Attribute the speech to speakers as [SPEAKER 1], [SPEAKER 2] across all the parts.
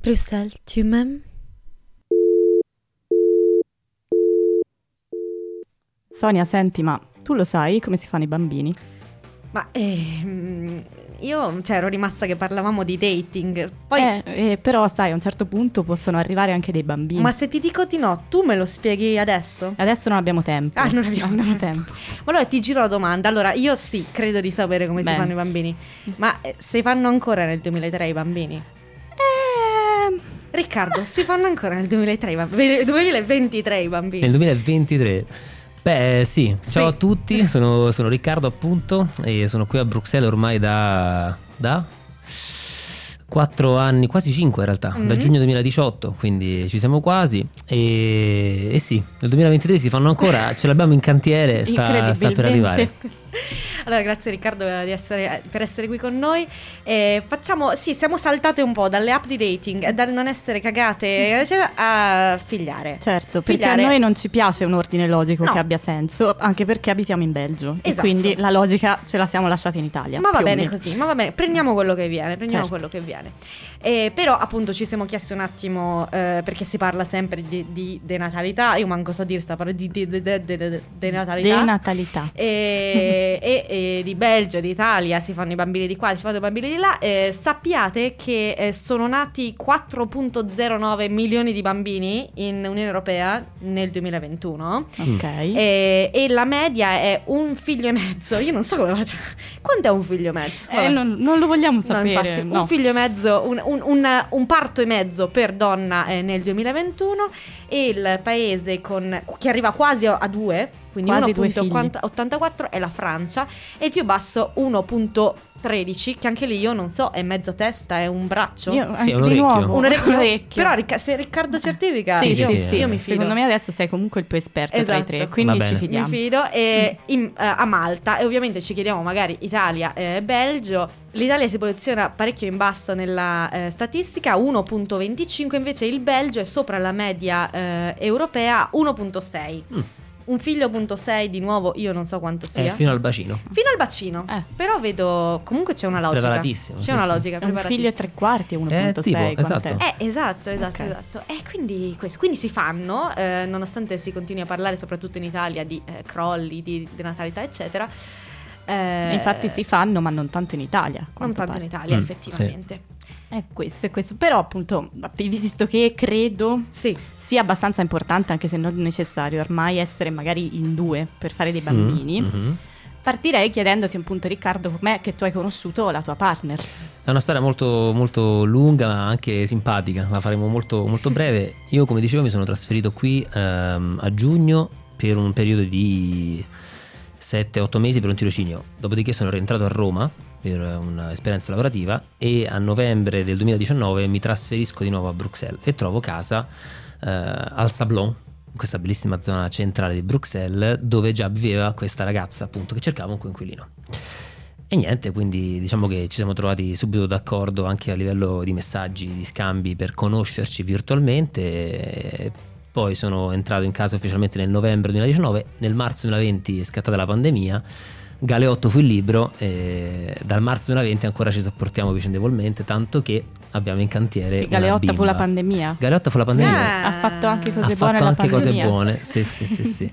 [SPEAKER 1] Bruxelles, tu m'aimes
[SPEAKER 2] Sonia, senti, ma tu lo sai come si fanno i bambini?
[SPEAKER 3] Ma ehm, io cioè, ero rimasta che parlavamo di dating. Poi,
[SPEAKER 2] Eh, eh, però sai, a un certo punto possono arrivare anche dei
[SPEAKER 1] Eh.
[SPEAKER 2] bambini.
[SPEAKER 3] ma se ti dico di no, tu me lo spieghi adesso?
[SPEAKER 2] Adesso non abbiamo tempo.
[SPEAKER 3] Ah, non abbiamo
[SPEAKER 2] tempo.
[SPEAKER 3] Ma allora ti giro la domanda. Allora, io sì, credo di sapere come si
[SPEAKER 2] Bene.
[SPEAKER 3] fanno i bambini. Ma eh, si fanno ancora nel 2003 i bambini?
[SPEAKER 2] Ehm,
[SPEAKER 3] Riccardo, si fanno ancora nel 2003 i bambini? 2023 i bambini?
[SPEAKER 4] Nel 2023. Beh, sì, ciao
[SPEAKER 3] Sì.
[SPEAKER 4] a tutti, sono, sono Riccardo appunto e sono qui a Bruxelles ormai da, da 4 anni, quasi 5 in realtà, da
[SPEAKER 3] Mhm.
[SPEAKER 4] giugno 2018, quindi ci siamo quasi e, e sì, nel 2023 si fanno ancora, ce l'abbiamo in cantiere, sta, sta per
[SPEAKER 3] Incredibilmente.
[SPEAKER 4] arrivare.
[SPEAKER 3] Allora, grazie Riccardo eh, di essere- per essere qui con noi. Eh, facciamo, sì, siamo saltate un po' dalle app di dating, eh, dal non essere
[SPEAKER 2] Mm.
[SPEAKER 3] cagate eccetera, a figliare.
[SPEAKER 2] certo, perché
[SPEAKER 3] Figliare.
[SPEAKER 2] a noi non ci piace un ordine logico
[SPEAKER 3] No.
[SPEAKER 2] che abbia senso, anche perché abitiamo in Belgio. E
[SPEAKER 3] Esatto.
[SPEAKER 2] quindi la logica ce la siamo lasciata in Italia.
[SPEAKER 3] Ma va
[SPEAKER 2] più o
[SPEAKER 3] bene
[SPEAKER 2] meno.
[SPEAKER 3] così, ma va bene, prendiamo quello che viene, prendiamo
[SPEAKER 2] Certo.
[SPEAKER 3] quello che viene. Eh, però appunto ci siamo chiesti un attimo, eh, perché si parla sempre di, di denatalità, io manco so dire sta parola di di- di- di- di- di- denatalità.
[SPEAKER 2] Denatalità.
[SPEAKER 3] Eh, e, e- e di Belgio, d'Italia, si fanno i bambini di qua, si fanno i bambini di là. Eh, sappiate che eh, sono nati 4.09 milioni di bambini in Unione Europea nel 2021
[SPEAKER 4] Mm.
[SPEAKER 2] Ok. Eh,
[SPEAKER 3] e, e la media è un figlio e mezzo. Io non so come faccio. Quanto è un figlio e mezzo?
[SPEAKER 2] Eh,
[SPEAKER 3] Vabbè.
[SPEAKER 2] non, non lo vogliamo
[SPEAKER 3] No,
[SPEAKER 2] sapere.
[SPEAKER 3] infatti,
[SPEAKER 2] no.
[SPEAKER 3] un figlio e mezzo, un, un- un- un parto e mezzo per donna eh, nel 2021 e il paese con- che arriva quasi a due, quindi
[SPEAKER 2] Quasi due
[SPEAKER 3] 1.84 è la Francia e il più basso 1.13 che anche lì io non so, è mezza testa, è un braccio.
[SPEAKER 2] Io, anche
[SPEAKER 4] un
[SPEAKER 2] di
[SPEAKER 4] orecchio.
[SPEAKER 2] nuovo.
[SPEAKER 3] Un orecchio,
[SPEAKER 2] Un orecchio.
[SPEAKER 3] però Ricca- se Riccardo certifica,
[SPEAKER 2] sì,
[SPEAKER 3] io,
[SPEAKER 2] sì,
[SPEAKER 4] sì,
[SPEAKER 3] io
[SPEAKER 4] sì.
[SPEAKER 3] mi fido.
[SPEAKER 2] Secondo me adesso sei comunque il più esperto tra i
[SPEAKER 3] Esatto.
[SPEAKER 2] tre,
[SPEAKER 4] Va
[SPEAKER 2] quindi ci
[SPEAKER 4] bene.
[SPEAKER 2] fidiamo.
[SPEAKER 3] Mi fido e in- eh, a Malta e ovviamente ci chiediamo magari Italia e Belgio. L'Italia si posiziona parecchio in basso nella eh, statistica, 1.25, invece il Belgio è sopra la media eh, europea 1.6.
[SPEAKER 4] Mm.
[SPEAKER 3] Un figlio.6 di nuovo, io non so quanto
[SPEAKER 4] Eh,
[SPEAKER 3] sia.
[SPEAKER 4] fino al bacino,
[SPEAKER 3] Fino al bacino.
[SPEAKER 2] Eh.
[SPEAKER 3] Però vedo comunque c'è una logica. C'è
[SPEAKER 4] preparatissimo. sì,
[SPEAKER 3] una
[SPEAKER 4] sì.
[SPEAKER 3] logica
[SPEAKER 2] È un figlio
[SPEAKER 3] preparatissima.
[SPEAKER 2] e tre quarti, 1.6.
[SPEAKER 4] Eh, tipo,
[SPEAKER 2] quant'è?
[SPEAKER 4] esatto.
[SPEAKER 3] Eh, esatto, esatto,
[SPEAKER 2] Ok.
[SPEAKER 3] esatto. E quindi, questo- quindi si fanno, eh, nonostante si continui a parlare soprattutto in Italia di eh, crolli, di denatalità, eccetera. eh,
[SPEAKER 2] Infatti si fanno, ma non tanto in Italia.
[SPEAKER 3] Non
[SPEAKER 2] quanto
[SPEAKER 3] tanto
[SPEAKER 2] pare.
[SPEAKER 3] in Italia,
[SPEAKER 4] Mm,
[SPEAKER 3] effettivamente.
[SPEAKER 2] È questo, è questo. Però appunto, visto che credo
[SPEAKER 3] Sì.
[SPEAKER 2] sia abbastanza importante, anche se non necessario ormai, essere magari in due per fare dei
[SPEAKER 4] Mm,
[SPEAKER 2] bambini,
[SPEAKER 4] mhm.
[SPEAKER 2] partirei chiedendoti appunto Riccardo com'è che tu hai conosciuto la tua partner.
[SPEAKER 4] È una storia molto, molto lunga ma anche simpatica, la faremo molto, molto breve. Io come dicevo mi sono trasferito qui ehm, a giugno per un periodo di 7-8 mesi per un tirocinio, dopodiché sono rientrato a Roma per un'esperienza lavorativa e a novembre del 2019 mi trasferisco di nuovo a Bruxelles e trovo casa eh, al Sablon, in questa bellissima zona centrale di Bruxelles dove già viveva questa ragazza appunto che cercava un coinquilino. E niente, quindi diciamo che ci siamo trovati subito d'accordo anche a livello di messaggi, di scambi per conoscerci virtualmente. e Poi sono entrato in casa ufficialmente nel novembre 2019, nel marzo 2020 è scattata la pandemia, Galeotto fu il libro e dal marzo 2020 ancora ci sopportiamo vicendevolmente, tanto che abbiamo in cantiere...
[SPEAKER 2] Che
[SPEAKER 4] Eh, una
[SPEAKER 2] Galeotta fu la
[SPEAKER 4] bimba.
[SPEAKER 2] pandemia.
[SPEAKER 4] Galeotta fu la pandemia
[SPEAKER 3] Eh,
[SPEAKER 2] Ha fatto anche
[SPEAKER 4] ha
[SPEAKER 2] cose buone
[SPEAKER 4] fatto
[SPEAKER 2] la
[SPEAKER 4] anche cose
[SPEAKER 2] pandemia.
[SPEAKER 4] buone. Sì, sì, sì, sì.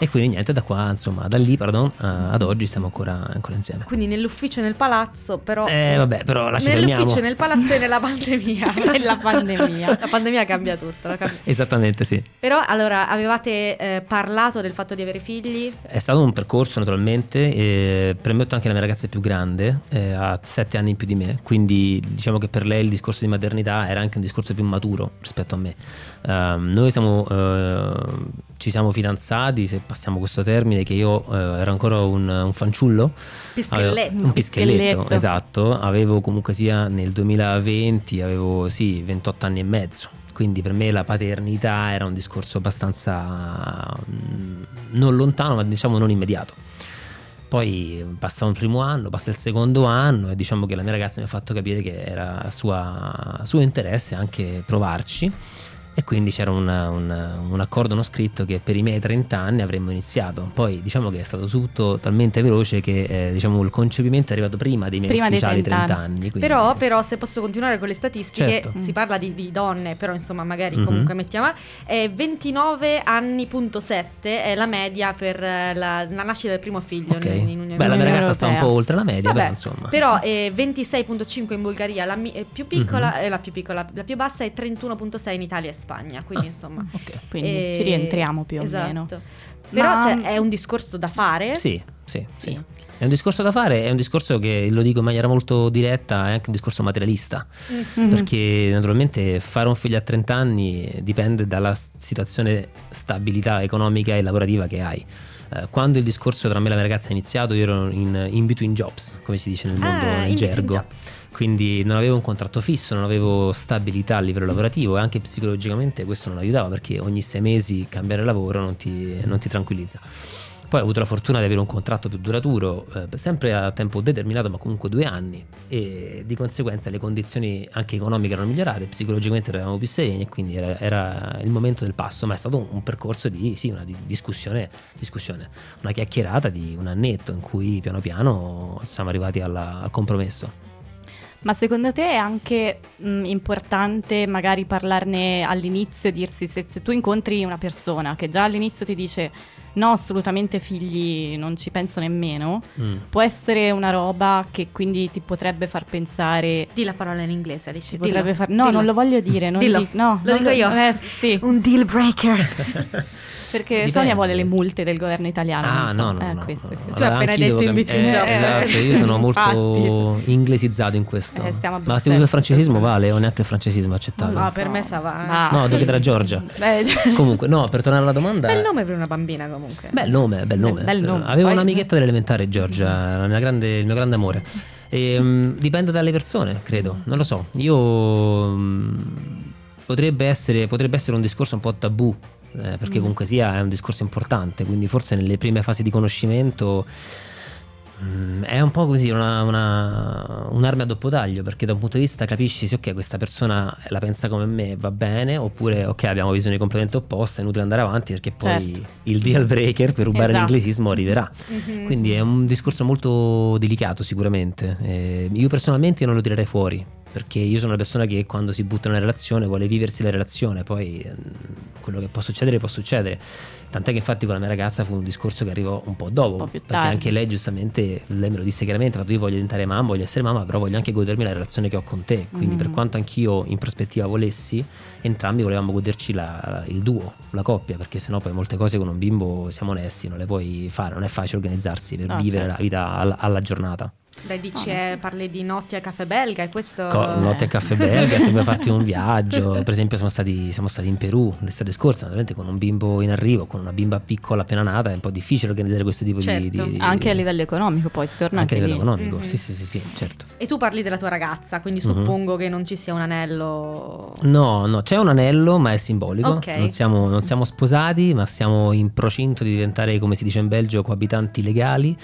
[SPEAKER 4] E quindi niente, da qua, insomma, da lì, pardon, a- ad oggi stiamo ancora, ancora insieme.
[SPEAKER 3] Quindi nell'ufficio e nel palazzo, però...
[SPEAKER 4] Eh, vabbè, però la ci
[SPEAKER 3] Nell'ufficio,
[SPEAKER 4] fermiamo.
[SPEAKER 3] nel palazzo e nella pandemia.
[SPEAKER 2] Nella pandemia.
[SPEAKER 3] La pandemia cambia tutto. la cambia.
[SPEAKER 4] Esattamente, sì.
[SPEAKER 3] Però allora avevate eh, parlato del fatto di avere figli?
[SPEAKER 4] È stato un percorso, naturalmente. eh, premetto anche la mia ragazza è più grande, eh, ha sette anni in più di me. Quindi diciamo che per lei il discorso di maternità era anche un discorso più maturo rispetto a me. Ehm, noi siamo, eh, ci siamo fidanzati, se passiamo questo termine, che io eh, ero ancora un, un fanciullo. Avevo-
[SPEAKER 3] Pischelletto.
[SPEAKER 4] un pischelletto,
[SPEAKER 2] Pischelletto.
[SPEAKER 4] esatto. Avevo comunque sia nel 2020, avevo sì, 28 anni e mezzo. Quindi per me la paternità era un discorso abbastanza mm, non lontano, ma diciamo non immediato. Poi passa un primo anno, passa il secondo anno e diciamo che la mia ragazza mi ha fatto capire che era sua- suo interesse anche provarci. E quindi c'era una- una- un accordo non scritto che per i miei 30 anni avremmo iniziato. Poi diciamo che è stato tutto talmente veloce che eh, diciamo, il concepimento è arrivato prima dei miei
[SPEAKER 2] Prima dei
[SPEAKER 4] ufficiali
[SPEAKER 2] 30
[SPEAKER 4] 30,
[SPEAKER 2] anni.
[SPEAKER 4] anni. quindi-
[SPEAKER 3] Però, però, se posso continuare con le statistiche,
[SPEAKER 4] Certo.
[SPEAKER 3] si parla di, di donne, però insomma magari
[SPEAKER 4] Mhm.
[SPEAKER 3] comunque mettiamo, eh, 29 anni.7 è la media per eh, la, la nascita del primo figlio
[SPEAKER 4] Ok.
[SPEAKER 3] in, in Unione
[SPEAKER 4] Beh, la mia
[SPEAKER 2] Unione
[SPEAKER 4] ragazza sta un
[SPEAKER 2] Europea.
[SPEAKER 4] po' oltre la media,
[SPEAKER 3] Vabbè,
[SPEAKER 4] però insomma.
[SPEAKER 3] Però eh, 26.5 in Bulgaria, la mi- eh, più piccola,
[SPEAKER 4] Mhm.
[SPEAKER 3] eh, la più piccola, la più bassa è 31.6 in Italia e Spagna, quindi
[SPEAKER 4] Ah.
[SPEAKER 3] insomma.
[SPEAKER 4] Ok.
[SPEAKER 2] Quindi
[SPEAKER 3] eh,
[SPEAKER 2] ci rientriamo più o
[SPEAKER 3] esatto.
[SPEAKER 2] meno.
[SPEAKER 3] Però
[SPEAKER 2] Ma-
[SPEAKER 3] cioè, è un discorso da fare.
[SPEAKER 4] Sì, sì,
[SPEAKER 2] Sì.
[SPEAKER 4] sì. È un discorso da fare, è un discorso che lo dico in maniera molto diretta, è anche un discorso materialista.
[SPEAKER 2] Mhm.
[SPEAKER 4] Perché naturalmente fare un figlio a 30 anni dipende dalla s- situazione stabilità economica e lavorativa che hai. Eh, Quando il discorso tra me e la mia ragazza è iniziato, io ero in, in between jobs, come si dice nel mondo,
[SPEAKER 3] Ah,
[SPEAKER 4] nel
[SPEAKER 3] in between
[SPEAKER 4] gergo.
[SPEAKER 3] jobs.
[SPEAKER 4] Quindi non avevo un contratto fisso, non avevo stabilità a livello lavorativo e anche psicologicamente questo non aiutava perché ogni sei mesi cambiare lavoro non ti, non ti tranquillizza. Poi ho avuto la fortuna di avere un contratto più duraturo, eh, sempre a tempo determinato, ma comunque due anni, e di conseguenza le condizioni anche economiche erano migliorate, psicologicamente eravamo più sereni e quindi era, era il momento del passo, ma è stato un, un percorso di sì, una di- discussione, discussione, una chiacchierata di un annetto in cui piano piano siamo arrivati alla- al compromesso.
[SPEAKER 2] Ma secondo te è anche mh, importante magari parlarne all'inizio e dirsi se, se tu incontri una persona che già all'inizio ti dice no, assolutamente figli, non ci penso nemmeno,
[SPEAKER 4] Mm.
[SPEAKER 2] può essere una roba che quindi ti potrebbe far pensare...
[SPEAKER 3] Di la parola in inglese, Alice.
[SPEAKER 2] Ci
[SPEAKER 3] dillo,
[SPEAKER 2] potrebbe far... No,
[SPEAKER 3] dillo.
[SPEAKER 2] non lo voglio dire, non
[SPEAKER 3] Dillo.
[SPEAKER 2] dic- no,
[SPEAKER 3] Lo
[SPEAKER 2] non
[SPEAKER 3] dico io.
[SPEAKER 2] eh, sì,
[SPEAKER 3] Un deal breaker.
[SPEAKER 2] perché
[SPEAKER 4] Dipende.
[SPEAKER 2] Sonia vuole le multe del governo italiano.
[SPEAKER 4] Ah,
[SPEAKER 2] non so.
[SPEAKER 4] no, no.
[SPEAKER 2] Eh,
[SPEAKER 4] no,
[SPEAKER 2] questo,
[SPEAKER 4] no, no.
[SPEAKER 2] questo.
[SPEAKER 3] Tu hai appena
[SPEAKER 4] anch'io
[SPEAKER 3] detto
[SPEAKER 4] devo
[SPEAKER 3] in
[SPEAKER 4] cam-
[SPEAKER 3] between
[SPEAKER 4] eh,
[SPEAKER 3] jobs.
[SPEAKER 4] Esatto, io sono molto
[SPEAKER 2] Infatti.
[SPEAKER 4] inglesizzato in questo.
[SPEAKER 2] Eh, stiamo a
[SPEAKER 4] Ma se uso
[SPEAKER 2] Bruxelles.
[SPEAKER 4] il francesismo vale o neanche il francesismo è
[SPEAKER 2] Non
[SPEAKER 4] accettato?
[SPEAKER 2] lo
[SPEAKER 3] No, per me sta va-
[SPEAKER 2] Ma-
[SPEAKER 4] No, devo chiedere a Giorgia.
[SPEAKER 2] Beh, cioè-
[SPEAKER 4] Comunque, no, per tornare alla domanda.
[SPEAKER 3] Bel nome per una bambina comunque.
[SPEAKER 4] Bel nome, bel nome. Eh,
[SPEAKER 2] Bel nome.
[SPEAKER 4] Avevo
[SPEAKER 2] Poi-
[SPEAKER 4] un'amichetta dell'elementare, Giorgia, la mia grande- il mio grande amore. E, mm, dipende dalle persone, credo. Non lo so. Io. mm, potrebbe, essere, potrebbe essere un discorso un po' tabù. eh, perché
[SPEAKER 2] Mm.
[SPEAKER 4] comunque sia è un discorso importante, quindi forse nelle prime fasi di conoscimento mm, è un po' così una- una- un'arma a doppio taglio, perché da un punto di vista capisci se ok questa persona la pensa come me, va bene, oppure ok abbiamo visioni completamente opposte, è inutile andare avanti perché poi
[SPEAKER 2] Certo.
[SPEAKER 4] il deal breaker per rubare
[SPEAKER 2] Esatto.
[SPEAKER 4] l'inglesismo arriverà.
[SPEAKER 2] Mm.
[SPEAKER 3] Mhm.
[SPEAKER 4] Quindi è un discorso molto delicato sicuramente. Eh, io personalmente non lo tirerei fuori, perché io sono una persona che quando si butta in una relazione vuole viversi la relazione, poi eh, quello che può succedere può succedere. Tant'è che infatti con la mia ragazza fu un discorso che arrivò un po' dopo,
[SPEAKER 2] Un po' più
[SPEAKER 4] perché
[SPEAKER 2] tardi.
[SPEAKER 4] anche lei giustamente, lei me lo disse chiaramente, ha fatto io voglio diventare mamma, voglio essere mamma, però voglio anche godermi la relazione che ho con te. Quindi
[SPEAKER 2] Mm.
[SPEAKER 4] per quanto anch'io in prospettiva volessi, entrambi volevamo goderci la- il duo, la coppia, perché sennò poi molte cose con un bimbo, siamo onesti, non le puoi fare, non è facile organizzarsi per
[SPEAKER 2] Ah,
[SPEAKER 4] vivere
[SPEAKER 2] certo.
[SPEAKER 4] la vita alla, alla giornata.
[SPEAKER 3] Dai, dici,
[SPEAKER 2] Ah,
[SPEAKER 3] eh,
[SPEAKER 2] sì.
[SPEAKER 3] parli di notti a caffè belga e questo...
[SPEAKER 2] Oh,
[SPEAKER 4] Co-
[SPEAKER 2] eh.
[SPEAKER 4] notte a caffè belga, se vuoi farti un viaggio, per esempio siamo stati, siamo stati in Perù l'estate scorsa, naturalmente con un bimbo in arrivo, con una bimba piccola appena nata, è un po' difficile organizzare questo tipo di-
[SPEAKER 3] Certo.
[SPEAKER 4] di, di-
[SPEAKER 2] Anche a livello Mm-hmm. economico poi si torna
[SPEAKER 4] anche
[SPEAKER 2] anche,
[SPEAKER 4] a livello
[SPEAKER 2] lì.
[SPEAKER 4] economico,
[SPEAKER 3] Mhm.
[SPEAKER 4] sì, sì, sì, sì, certo.
[SPEAKER 3] E tu parli della tua ragazza, quindi
[SPEAKER 4] Mhm.
[SPEAKER 3] suppongo che non ci sia un anello... Eh,
[SPEAKER 4] No, no, c'è un anello, ma è simbolico.
[SPEAKER 3] Ok.
[SPEAKER 4] Non, siamo, non siamo sposati, ma siamo in procinto di diventare, come si dice in Belgio, coabitanti legali.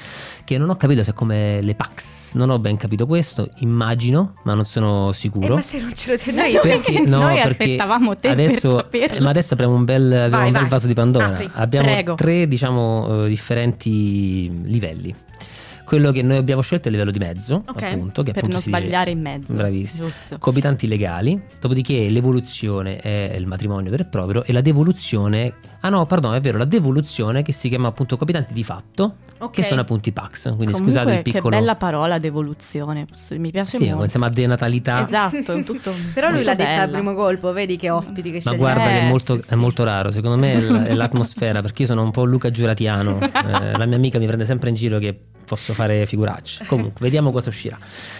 [SPEAKER 4] Che non ho capito se è come le Pax. Non ho ben capito questo, immagino, ma non sono
[SPEAKER 3] Eh,
[SPEAKER 4] sicuro.
[SPEAKER 3] ma se non ce lo tieni...
[SPEAKER 2] Noi- noi aspettavamo te per
[SPEAKER 4] adesso,
[SPEAKER 2] saperlo.
[SPEAKER 4] eh, Ma adesso apriamo un bel, apriamo
[SPEAKER 3] Vai,
[SPEAKER 4] un bel
[SPEAKER 3] vai.
[SPEAKER 4] vaso di Pandora.
[SPEAKER 3] Apri,
[SPEAKER 4] abbiamo
[SPEAKER 2] prego.
[SPEAKER 4] tre, diciamo, eh, differenti livelli. Quello che noi abbiamo scelto è il livello di mezzo,
[SPEAKER 3] Ok.
[SPEAKER 4] appunto, che
[SPEAKER 2] Per
[SPEAKER 4] appunto
[SPEAKER 2] non
[SPEAKER 4] si dice-
[SPEAKER 2] sbagliare in mezzo.
[SPEAKER 4] Bravissimo.
[SPEAKER 2] Giusto.
[SPEAKER 4] coabitanti legali, dopodiché l'evoluzione è il matrimonio vero e proprio e la devoluzione, ah no, perdono, è vero, la devoluzione che si chiama appunto coabitanti di fatto,
[SPEAKER 3] Ok.
[SPEAKER 4] che sono appunto i PAX, quindi
[SPEAKER 2] Comunque,
[SPEAKER 4] scusate il
[SPEAKER 2] che
[SPEAKER 4] piccolo...
[SPEAKER 2] bella parola devoluzione, posso- mi piace
[SPEAKER 4] sì,
[SPEAKER 2] molto.
[SPEAKER 4] insieme a denatalità,
[SPEAKER 2] Esatto, è tutto
[SPEAKER 3] Però lui
[SPEAKER 2] molto
[SPEAKER 3] l'ha detta al
[SPEAKER 2] bella.
[SPEAKER 3] primo colpo, vedi che ospiti che
[SPEAKER 4] ma
[SPEAKER 3] scegliamo.
[SPEAKER 4] guarda che è
[SPEAKER 2] Eh,
[SPEAKER 4] molto,
[SPEAKER 2] sì,
[SPEAKER 4] è
[SPEAKER 2] sì.
[SPEAKER 4] molto raro, secondo me è la- è l'atmosfera, perché io sono un po' Luca Giuratiano, eh, la mia amica mi prende sempre in giro che posso fare figuracce, comunque vediamo cosa uscirà.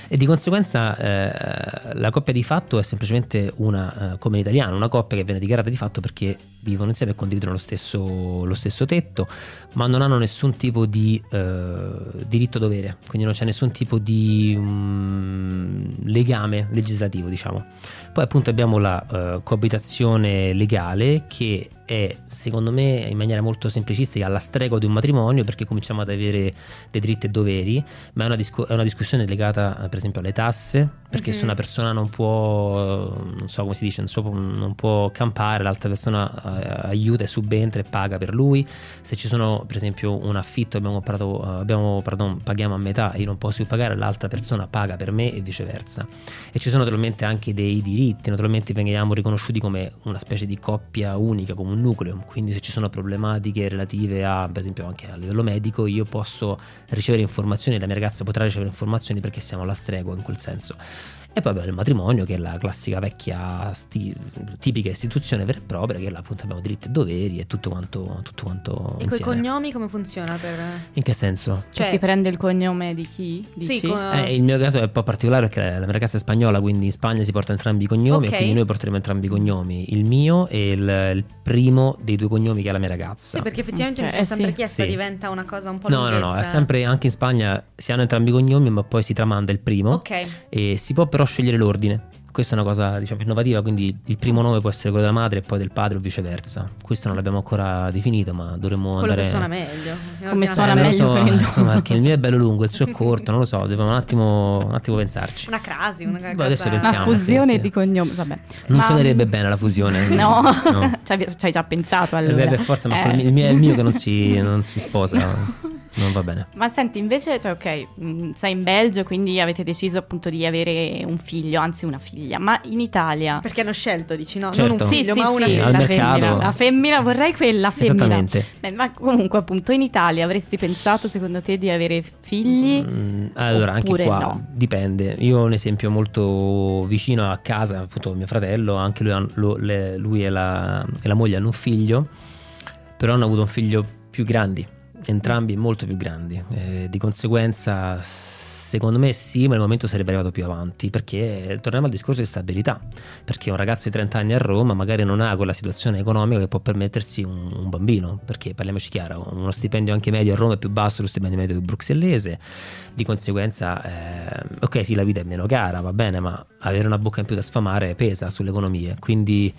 [SPEAKER 4] E di conseguenza eh, la coppia di fatto è semplicemente una, eh, come in italiano, una coppia che viene dichiarata di fatto perché vivono insieme e condividono lo stesso, lo stesso tetto, ma non hanno nessun tipo di eh, diritto-dovere, quindi non c'è nessun tipo di mm, legame legislativo, diciamo. Poi appunto abbiamo la eh, coabitazione legale che è, secondo me, in maniera molto semplicistica, alla stregua di un matrimonio perché cominciamo ad avere dei diritti e doveri, ma è una, discu- è una discussione legata, eh, per esempio, alle tasse, perché
[SPEAKER 3] Mhm.
[SPEAKER 4] se una persona non può, eh, non so come si dice, non, so, non può campare, l'altra persona eh, aiuta e subentra e paga per lui, se ci sono, per esempio, un affitto abbiamo comprato, eh, abbiamo, pardon, paghiamo a metà, io non posso più pagare, l'altra persona paga per me e viceversa. E ci sono naturalmente anche dei diritti, naturalmente veniamo riconosciuti come una specie di coppia unica, come un nucleo, quindi se ci sono problematiche relative a, per esempio, anche a livello medico, io posso ricevere informazioni, la mia ragazza potrà ricevere informazioni perché siamo alla stregua in quel senso. E poi abbiamo il matrimonio, che è la classica vecchia, sti- tipica istituzione vera e propria, che là appunto abbiamo diritti e doveri e tutto quanto, tutto quanto
[SPEAKER 3] E coi
[SPEAKER 4] insieme. Eh,
[SPEAKER 3] cognomi come funziona per...
[SPEAKER 4] In che senso?
[SPEAKER 2] Cioè,
[SPEAKER 3] Cioè-
[SPEAKER 2] si prende il cognome di chi? Dici?
[SPEAKER 3] Sì, con-
[SPEAKER 4] Eh, il mio caso è un po' particolare perché la mia ragazza è spagnola, quindi in Spagna si portano entrambi i cognomi
[SPEAKER 3] Ok.
[SPEAKER 4] e quindi noi porteremo entrambi i cognomi, il mio e il, il primo dei due cognomi che ha la mia ragazza.
[SPEAKER 3] Sì, perché effettivamente
[SPEAKER 2] Ok,
[SPEAKER 3] mi sono
[SPEAKER 2] eh,
[SPEAKER 3] sempre
[SPEAKER 2] sì.
[SPEAKER 3] chiesta,
[SPEAKER 4] Sì.
[SPEAKER 3] diventa una cosa un po'
[SPEAKER 4] No, no, no, è
[SPEAKER 3] lunghetta.
[SPEAKER 4] sempre anche in Spagna si hanno entrambi i cognomi, ma poi si tramanda il primo
[SPEAKER 3] Ok,
[SPEAKER 4] e si può però scegliere l'ordine. Questa è una cosa diciamo innovativa, quindi il primo nome può essere quello della madre e poi del padre o viceversa. Questo non l'abbiamo ancora definito, ma dovremmo
[SPEAKER 3] quello
[SPEAKER 4] andare
[SPEAKER 3] che suona meglio.
[SPEAKER 2] Come
[SPEAKER 4] Eh,
[SPEAKER 2] suona
[SPEAKER 4] non lo
[SPEAKER 2] meglio
[SPEAKER 4] so,
[SPEAKER 2] per il nome.
[SPEAKER 4] insomma, perché il mio è bello lungo, il suo è corto, non lo so, dobbiamo un attimo, un attimo pensarci.
[SPEAKER 3] Una crasi, una
[SPEAKER 4] Beh,
[SPEAKER 3] cosa...
[SPEAKER 4] Boh, adesso pensiamo.
[SPEAKER 2] Una
[SPEAKER 4] Siamo,
[SPEAKER 2] fusione
[SPEAKER 4] sì, sì.
[SPEAKER 2] di cognomi, vabbè.
[SPEAKER 4] Non
[SPEAKER 2] Ma- mm,
[SPEAKER 4] suonerebbe bene la fusione.
[SPEAKER 2] No,
[SPEAKER 4] no.
[SPEAKER 2] Ci avevi- ci hai già pensato
[SPEAKER 4] Eh,
[SPEAKER 2] allora.
[SPEAKER 4] beh, per forza, ma
[SPEAKER 2] Eh.
[SPEAKER 4] quel- il mio è il mio che non si, non si sposa. Non va bene.
[SPEAKER 2] Ma senti, invece, cioè, ok, mh, sei in Belgio, quindi avete deciso appunto di avere un figlio, anzi una figlia, ma in Italia...
[SPEAKER 3] Perché hanno scelto, dici no,
[SPEAKER 4] Ah. Certo.
[SPEAKER 3] non un
[SPEAKER 4] Sì,
[SPEAKER 3] figlio, ma una
[SPEAKER 4] sì,
[SPEAKER 3] figlia.
[SPEAKER 4] al
[SPEAKER 2] la
[SPEAKER 4] mercato.
[SPEAKER 2] femmina, la femmina, vorrei quella femmina.
[SPEAKER 4] Esattamente.
[SPEAKER 2] Beh, ma comunque appunto in Italia avresti pensato secondo te di avere figli?
[SPEAKER 4] Mm, Allora, anche
[SPEAKER 2] Oppure
[SPEAKER 4] qua
[SPEAKER 2] no?
[SPEAKER 4] dipende. Io ho un esempio molto vicino a casa, appunto, mio fratello, anche lui, han- lo- le- lui e, la, e la moglie hanno un figlio, però hanno avuto un figlio più grandi, entrambi molto più grandi. Eh, di conseguenza, secondo me sì, ma il momento sarebbe arrivato più avanti, perché eh, torniamo al discorso di stabilità, perché un ragazzo di 30 anni a Roma magari non ha quella situazione economica che può permettersi un, un bambino, perché parliamoci chiaro, uno stipendio anche medio a Roma è più basso dello stipendio medio bruxellese, di conseguenza, eh, ok, sì, la vita è meno cara, va bene, ma avere una bocca in più da sfamare pesa sulle economie. Quindi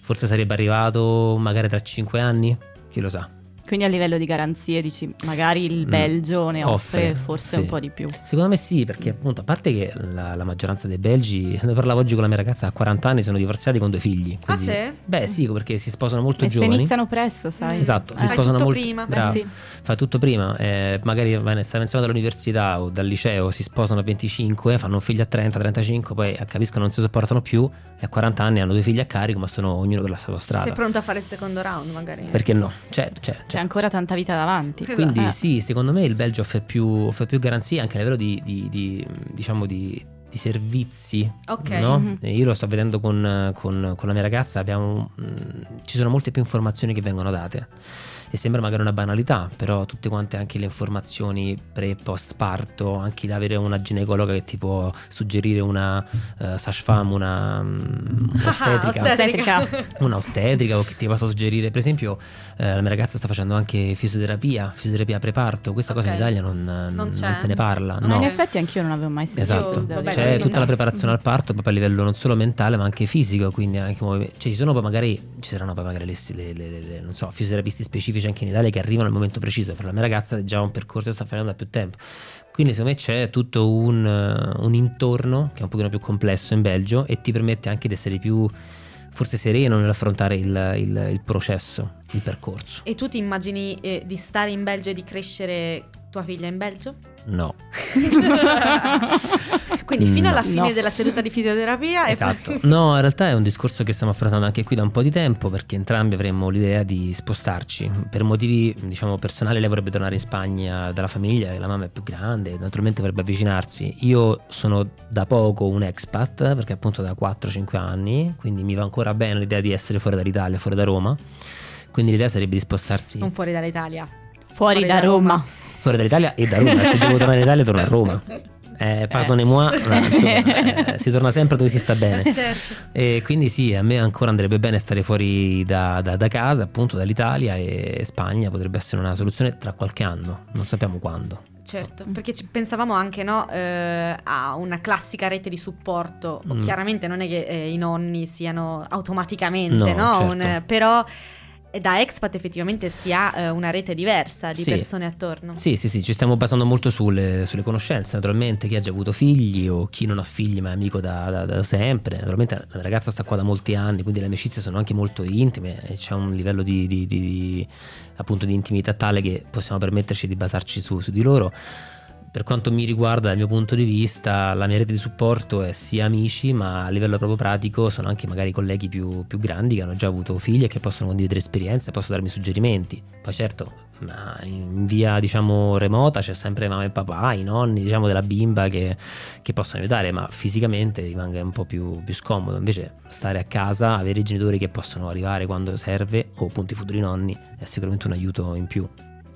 [SPEAKER 4] forse sarebbe arrivato magari tra 5 anni, chi lo sa.
[SPEAKER 2] Quindi a livello di garanzie dici magari il
[SPEAKER 4] Mm,
[SPEAKER 2] Belgio ne offre,
[SPEAKER 4] offre,
[SPEAKER 2] forse
[SPEAKER 4] sì.
[SPEAKER 2] un po' di più.
[SPEAKER 4] Secondo me sì, perché appunto, a parte che la, la maggioranza dei belgi, ne parlavo oggi con la mia ragazza, a 40 anni sono divorziati con due figli.
[SPEAKER 3] Ah,
[SPEAKER 4] quindi-
[SPEAKER 3] sì?
[SPEAKER 4] Beh, sì, perché si sposano molto
[SPEAKER 2] E se
[SPEAKER 4] giovani.
[SPEAKER 2] iniziano presto, sai?
[SPEAKER 4] Esatto, si
[SPEAKER 2] Eh.
[SPEAKER 3] Fai
[SPEAKER 4] sposano
[SPEAKER 3] tutto
[SPEAKER 4] molto
[SPEAKER 3] prima, eh
[SPEAKER 4] brava.
[SPEAKER 2] sì.
[SPEAKER 4] Fa tutto prima, eh, magari bene, sta pensando dall'università o dal liceo, si sposano a 25, fanno un figlio a 30, 35, poi eh, capiscono non si sopportano più e a 40 anni hanno due figli a carico, ma sono ognuno per la sua
[SPEAKER 3] Sei
[SPEAKER 4] strada.
[SPEAKER 3] pronto a fare il secondo round magari?
[SPEAKER 4] Perché no? C'è, c'è, c'è.
[SPEAKER 2] C'è ancora tanta vita davanti.
[SPEAKER 3] Esatto.
[SPEAKER 4] Quindi
[SPEAKER 2] Eh.
[SPEAKER 4] sì, secondo me il Belgio offre più, offre più garanzie anche a livello di, di- di, diciamo di, di servizi.
[SPEAKER 3] Ok.
[SPEAKER 4] no?
[SPEAKER 2] Mhm.
[SPEAKER 4] E Io lo sto vedendo con, con- con la mia ragazza, abbiamo, mh, ci sono molte più informazioni che vengono date. E sembra magari una banalità, però tutte quante anche le informazioni pre e post parto, anche di avere una ginecologa che ti può suggerire una uh, femme, una mm,
[SPEAKER 3] Ah,
[SPEAKER 4] ostetrica
[SPEAKER 3] ostetrica.
[SPEAKER 2] Ostetrica.
[SPEAKER 4] un'ostetrica o che ti possa suggerire. Per esempio, eh, la mia ragazza sta facendo anche fisioterapia, fisioterapia preparto. Questa cosa
[SPEAKER 3] Ok.
[SPEAKER 4] in Italia non, non-
[SPEAKER 3] Non c'è.
[SPEAKER 4] non se ne parla.
[SPEAKER 2] Ma in
[SPEAKER 4] no.
[SPEAKER 2] effetti anch'io non avevo mai sentito.
[SPEAKER 4] Esatto,
[SPEAKER 2] devo
[SPEAKER 3] vabbè,
[SPEAKER 4] c'è
[SPEAKER 2] dire.
[SPEAKER 3] non-
[SPEAKER 4] tutta la preparazione al parto proprio a livello non solo mentale ma anche fisico, quindi anche movimento. Cioè, ci sono poi magari, ci saranno poi magari le, le- le- le- le- non so, fisioterapisti specifici anche in Italia che arrivano al momento preciso, per la mia ragazza è già un percorso che sta facendo da più tempo. Quindi secondo me c'è tutto un, eh, un intorno che è un pochino più complesso in Belgio e ti permette anche di essere più forse sereno nell'affrontare il, il- il processo, il percorso.
[SPEAKER 3] E tu ti immagini eh, di stare in Belgio e di crescere tua figlia in Belgio?
[SPEAKER 4] No.
[SPEAKER 3] Quindi fino alla
[SPEAKER 2] No.
[SPEAKER 3] fine
[SPEAKER 2] No.
[SPEAKER 3] della seduta di fisioterapia e
[SPEAKER 4] Mm, Esatto,
[SPEAKER 3] poi-
[SPEAKER 4] no, in realtà è un discorso che stiamo affrontando anche qui da un po' di tempo perché entrambi avremmo l'idea di spostarci per motivi diciamo personali. Lei vorrebbe tornare in Spagna dalla famiglia, che la mamma è più grande, naturalmente vorrebbe avvicinarsi. Io sono da poco un expat perché appunto da 4-5 anni, quindi mi va ancora bene l'idea di essere fuori dall'Italia, fuori da Roma. Quindi l'idea sarebbe di spostarsi
[SPEAKER 3] non fuori dall'Italia.
[SPEAKER 2] Fuori da Roma.
[SPEAKER 4] fuori dall'Italia e da Roma. Se devo tornare in Italia, torno a Roma. Eh, pardonnez-moi, ma, insomma, eh, si torna sempre dove si sta bene.
[SPEAKER 3] Certo.
[SPEAKER 4] E quindi sì, a me ancora andrebbe bene stare fuori da, da- da casa, appunto dall'Italia e Spagna potrebbe essere una soluzione tra qualche anno, non sappiamo quando.
[SPEAKER 3] Certo,
[SPEAKER 4] Mm.
[SPEAKER 3] perché ci pensavamo anche no, eh, a una classica rete di supporto.
[SPEAKER 4] Mm.
[SPEAKER 3] Chiaramente non è che eh, i nonni siano automaticamente,
[SPEAKER 4] No,
[SPEAKER 3] no?
[SPEAKER 4] certo.
[SPEAKER 3] Un- però e da expat effettivamente si ha eh, una rete diversa di
[SPEAKER 4] Sì.
[SPEAKER 3] persone attorno.
[SPEAKER 4] Sì, sì, sì, ci stiamo basando molto sulle, sulle conoscenze, naturalmente chi ha già avuto figli o chi non ha figli ma è amico da, da- da sempre, naturalmente la ragazza sta qua da molti anni, quindi le amicizie sono anche molto intime e c'è un livello di, di- di- di- appunto di intimità tale che possiamo permetterci di basarci su, su di loro. Per quanto mi riguarda, dal mio punto di vista, la mia rete di supporto è sia amici, ma a livello proprio pratico sono anche magari colleghi più, più grandi che hanno già avuto figli e che possono condividere esperienze, possono darmi suggerimenti. Poi certo, ma in via diciamo remota c'è sempre mamma e papà, i nonni diciamo della bimba che, che possono aiutare, ma fisicamente rimane un po' più, più scomodo. Invece stare a casa, avere i genitori che possono arrivare quando serve o appunto i futuri nonni è sicuramente un aiuto in più.